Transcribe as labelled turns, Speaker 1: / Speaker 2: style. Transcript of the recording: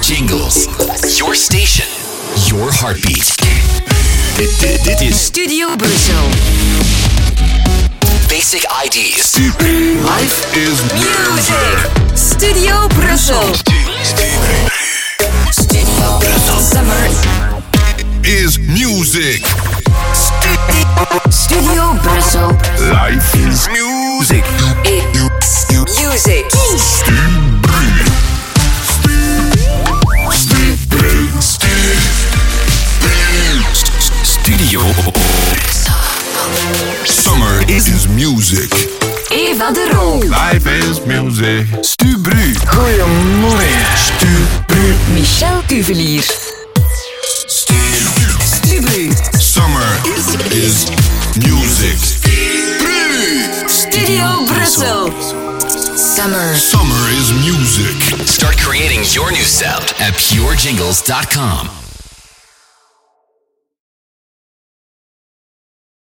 Speaker 1: jingles. Your station. Your heartbeat. Dit, dit, dit is
Speaker 2: Studio Brussel.
Speaker 1: Basic IDs. Life is music.
Speaker 2: Studio Brussel. Studio Brussel. Summer.
Speaker 3: is music.
Speaker 2: Studio Brussel.
Speaker 3: Life is music.
Speaker 2: It's music.
Speaker 1: Studio.
Speaker 3: Summer is music.
Speaker 2: Eva de Roo.
Speaker 3: Life is music.
Speaker 1: Stubru. Goeiemorgen. Stubru.
Speaker 2: Michel Cuvelier. Stubru.
Speaker 3: Summer is music.
Speaker 2: Studio Brussel. Summer.
Speaker 3: Summer is music.
Speaker 1: Start creating your new sound at purejingles.com.